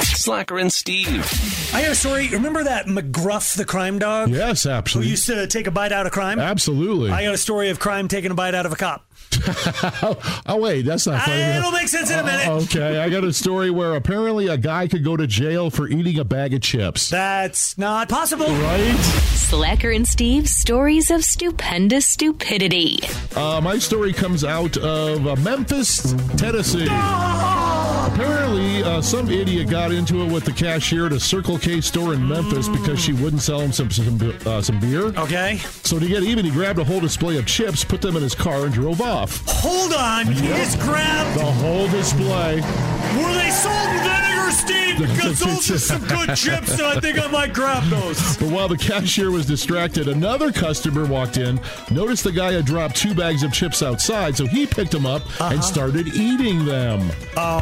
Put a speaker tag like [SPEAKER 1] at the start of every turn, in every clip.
[SPEAKER 1] Slacker and Steve.
[SPEAKER 2] I have a story. Remember that McGruff, the crime dog,
[SPEAKER 3] Yes,
[SPEAKER 2] who
[SPEAKER 3] absolutely.
[SPEAKER 2] used to take a bite out of crime?
[SPEAKER 3] absolutely.
[SPEAKER 2] I got a story of crime taking a bite out of a cop.
[SPEAKER 3] oh, oh, wait, that's not funny.
[SPEAKER 2] I, it'll make sense in a minute.
[SPEAKER 3] okay, I got a story where apparently a guy could go to jail for eating a bag of chips.
[SPEAKER 2] That's not possible.
[SPEAKER 3] right?
[SPEAKER 4] Slacker and Steve's stories of stupendous stupidity.
[SPEAKER 3] Uh, my story comes out of uh, Memphis, Tennessee. Apparently, uh, some idiot got into it with the cashier at a Circle K store in Memphis because she wouldn't sell him some some, uh, some beer.
[SPEAKER 2] Okay.
[SPEAKER 3] So to get even, he grabbed a whole display of chips, put them in his car, and drove off.
[SPEAKER 2] Hold on. You just grabbed.
[SPEAKER 3] The whole display.
[SPEAKER 2] Were they salt and vinegar, Steve? Because those are some good chips, and I think I might grab those.
[SPEAKER 3] But while the cashier was distracted, another customer walked in, noticed the guy had dropped two bags of chips outside, so he picked them up and started eating them.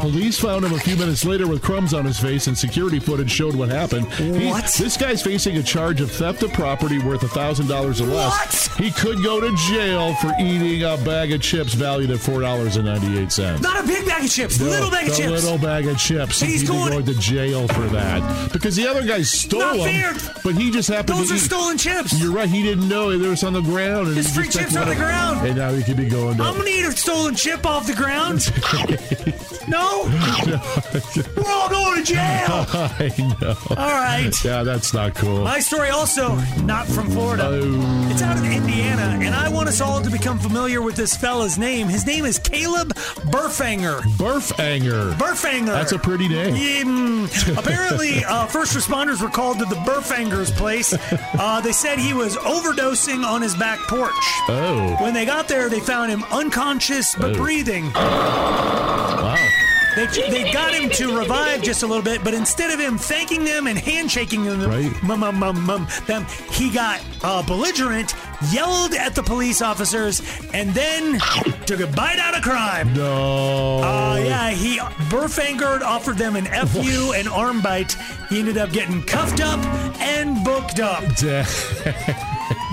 [SPEAKER 3] Police found him a few minutes later with crumbs on his face, and security footage showed what happened. He-
[SPEAKER 2] What?
[SPEAKER 3] this guy's facing a charge of theft of property worth $1,000 or less. He could go to jail for eating a bag of chips valued at $4.98.
[SPEAKER 2] Not a big bag of chips. little bag of
[SPEAKER 3] The
[SPEAKER 2] chips.
[SPEAKER 3] Little bag of chips.
[SPEAKER 2] He's
[SPEAKER 3] He's
[SPEAKER 2] going-
[SPEAKER 3] going, to jail for that because the other guy stole
[SPEAKER 2] Not
[SPEAKER 3] them,
[SPEAKER 2] fair.
[SPEAKER 3] but he just happened
[SPEAKER 2] Those
[SPEAKER 3] to
[SPEAKER 2] are
[SPEAKER 3] eat.
[SPEAKER 2] stolen chips.
[SPEAKER 3] You're right. He didn't know it was on the ground. And
[SPEAKER 2] There's
[SPEAKER 3] he
[SPEAKER 2] free
[SPEAKER 3] just picked
[SPEAKER 2] chips on
[SPEAKER 3] one
[SPEAKER 2] the
[SPEAKER 3] up.
[SPEAKER 2] ground.
[SPEAKER 3] And now he could be going to.
[SPEAKER 2] I'm gonna eat a stolen chip off the ground. no. We're all going to jail.
[SPEAKER 3] I know.
[SPEAKER 2] All right.
[SPEAKER 3] Yeah, that's not cool.
[SPEAKER 2] My story also not from Florida. It's out of Indiana, and I want us all to become familiar with this fella's name. His name is Caleb Burfanger.
[SPEAKER 3] Burfanger.
[SPEAKER 2] Burfanger.
[SPEAKER 3] That's a pretty name.
[SPEAKER 2] Um, apparently, uh, first responders were called to the Burfanger's place. Uh, they said he was overdosing on his back porch.
[SPEAKER 3] Oh,
[SPEAKER 2] When they got there, they found him unconscious but
[SPEAKER 3] Oh.
[SPEAKER 2] breathing.
[SPEAKER 3] wow.
[SPEAKER 2] They, they got him to revive just a little bit, but instead of him thanking them and handshaking them,
[SPEAKER 3] Right.
[SPEAKER 2] mum, mum, mum, mum, them he got uh, belligerent, yelled at the police officers, and then took a bite out of crime.
[SPEAKER 3] No.
[SPEAKER 2] Uh, yeah, he burfangered, offered them an FU and arm bite. He ended up getting cuffed up and booked up.
[SPEAKER 3] Da-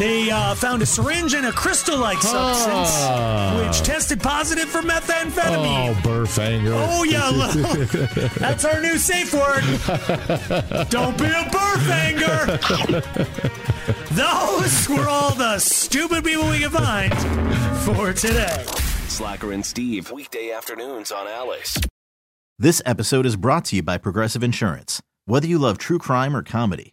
[SPEAKER 2] They uh, found a syringe and a crystal like substance,
[SPEAKER 3] Ah.
[SPEAKER 2] which tested positive for methamphetamine.
[SPEAKER 3] Oh, Burfanger.
[SPEAKER 2] Oh yeah, look. that's our new safe word. Don't be a burfanger. Those were all the stupid people we could find for today.
[SPEAKER 1] Slacker and Steve. Weekday afternoons on Alice.
[SPEAKER 5] This episode is brought to you by Progressive Insurance. Whether you love true crime or comedy,